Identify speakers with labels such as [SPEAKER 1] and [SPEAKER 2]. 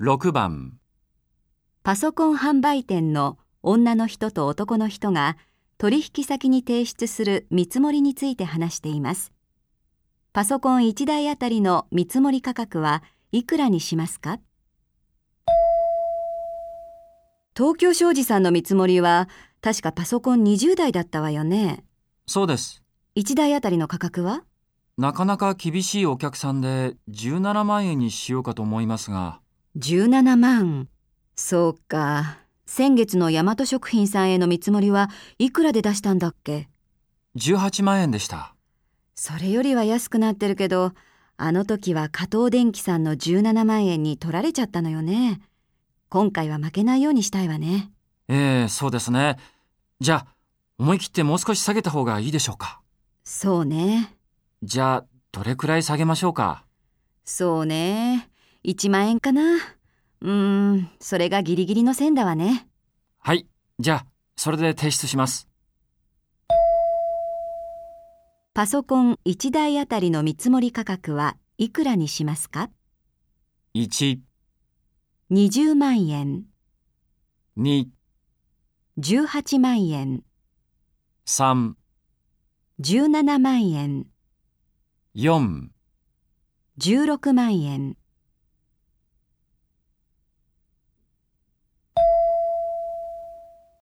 [SPEAKER 1] 6番
[SPEAKER 2] パソコン販売店の女の人と男の人が取引先に提出する見積もりについて話しています。パソコン1台あたりの見積もり価格はいくらにしますか東京商事さんの見積もりは確かパソコン20台だったわよね。
[SPEAKER 1] そうです
[SPEAKER 2] 1台あたりの価格は
[SPEAKER 1] なかなか厳しいお客さんで17万円にしようかと思いますが
[SPEAKER 2] 17万。そうか。先月の大和食品さんへの見積もりはいくらで出したんだっけ
[SPEAKER 1] 18万円でした
[SPEAKER 2] それよりは安くなってるけど、あの時は加藤電機さんの17万円に取られちゃったのよね。今回は負けないようにしたいわね。
[SPEAKER 1] ええそうですねじゃあ思い切ってもう少し下げた方がいいでしょうか
[SPEAKER 2] そうね。
[SPEAKER 1] じゃあどれくらい下げましょうか
[SPEAKER 2] そうね。1万円かな。うーん、それがギリギリの線だわね。
[SPEAKER 1] はいじゃあそれで提出します
[SPEAKER 2] パソコン1台あたりの見積もり価格はいくらにしますか ?20 万円、
[SPEAKER 1] 1234
[SPEAKER 2] 18万円、17万円、16万円。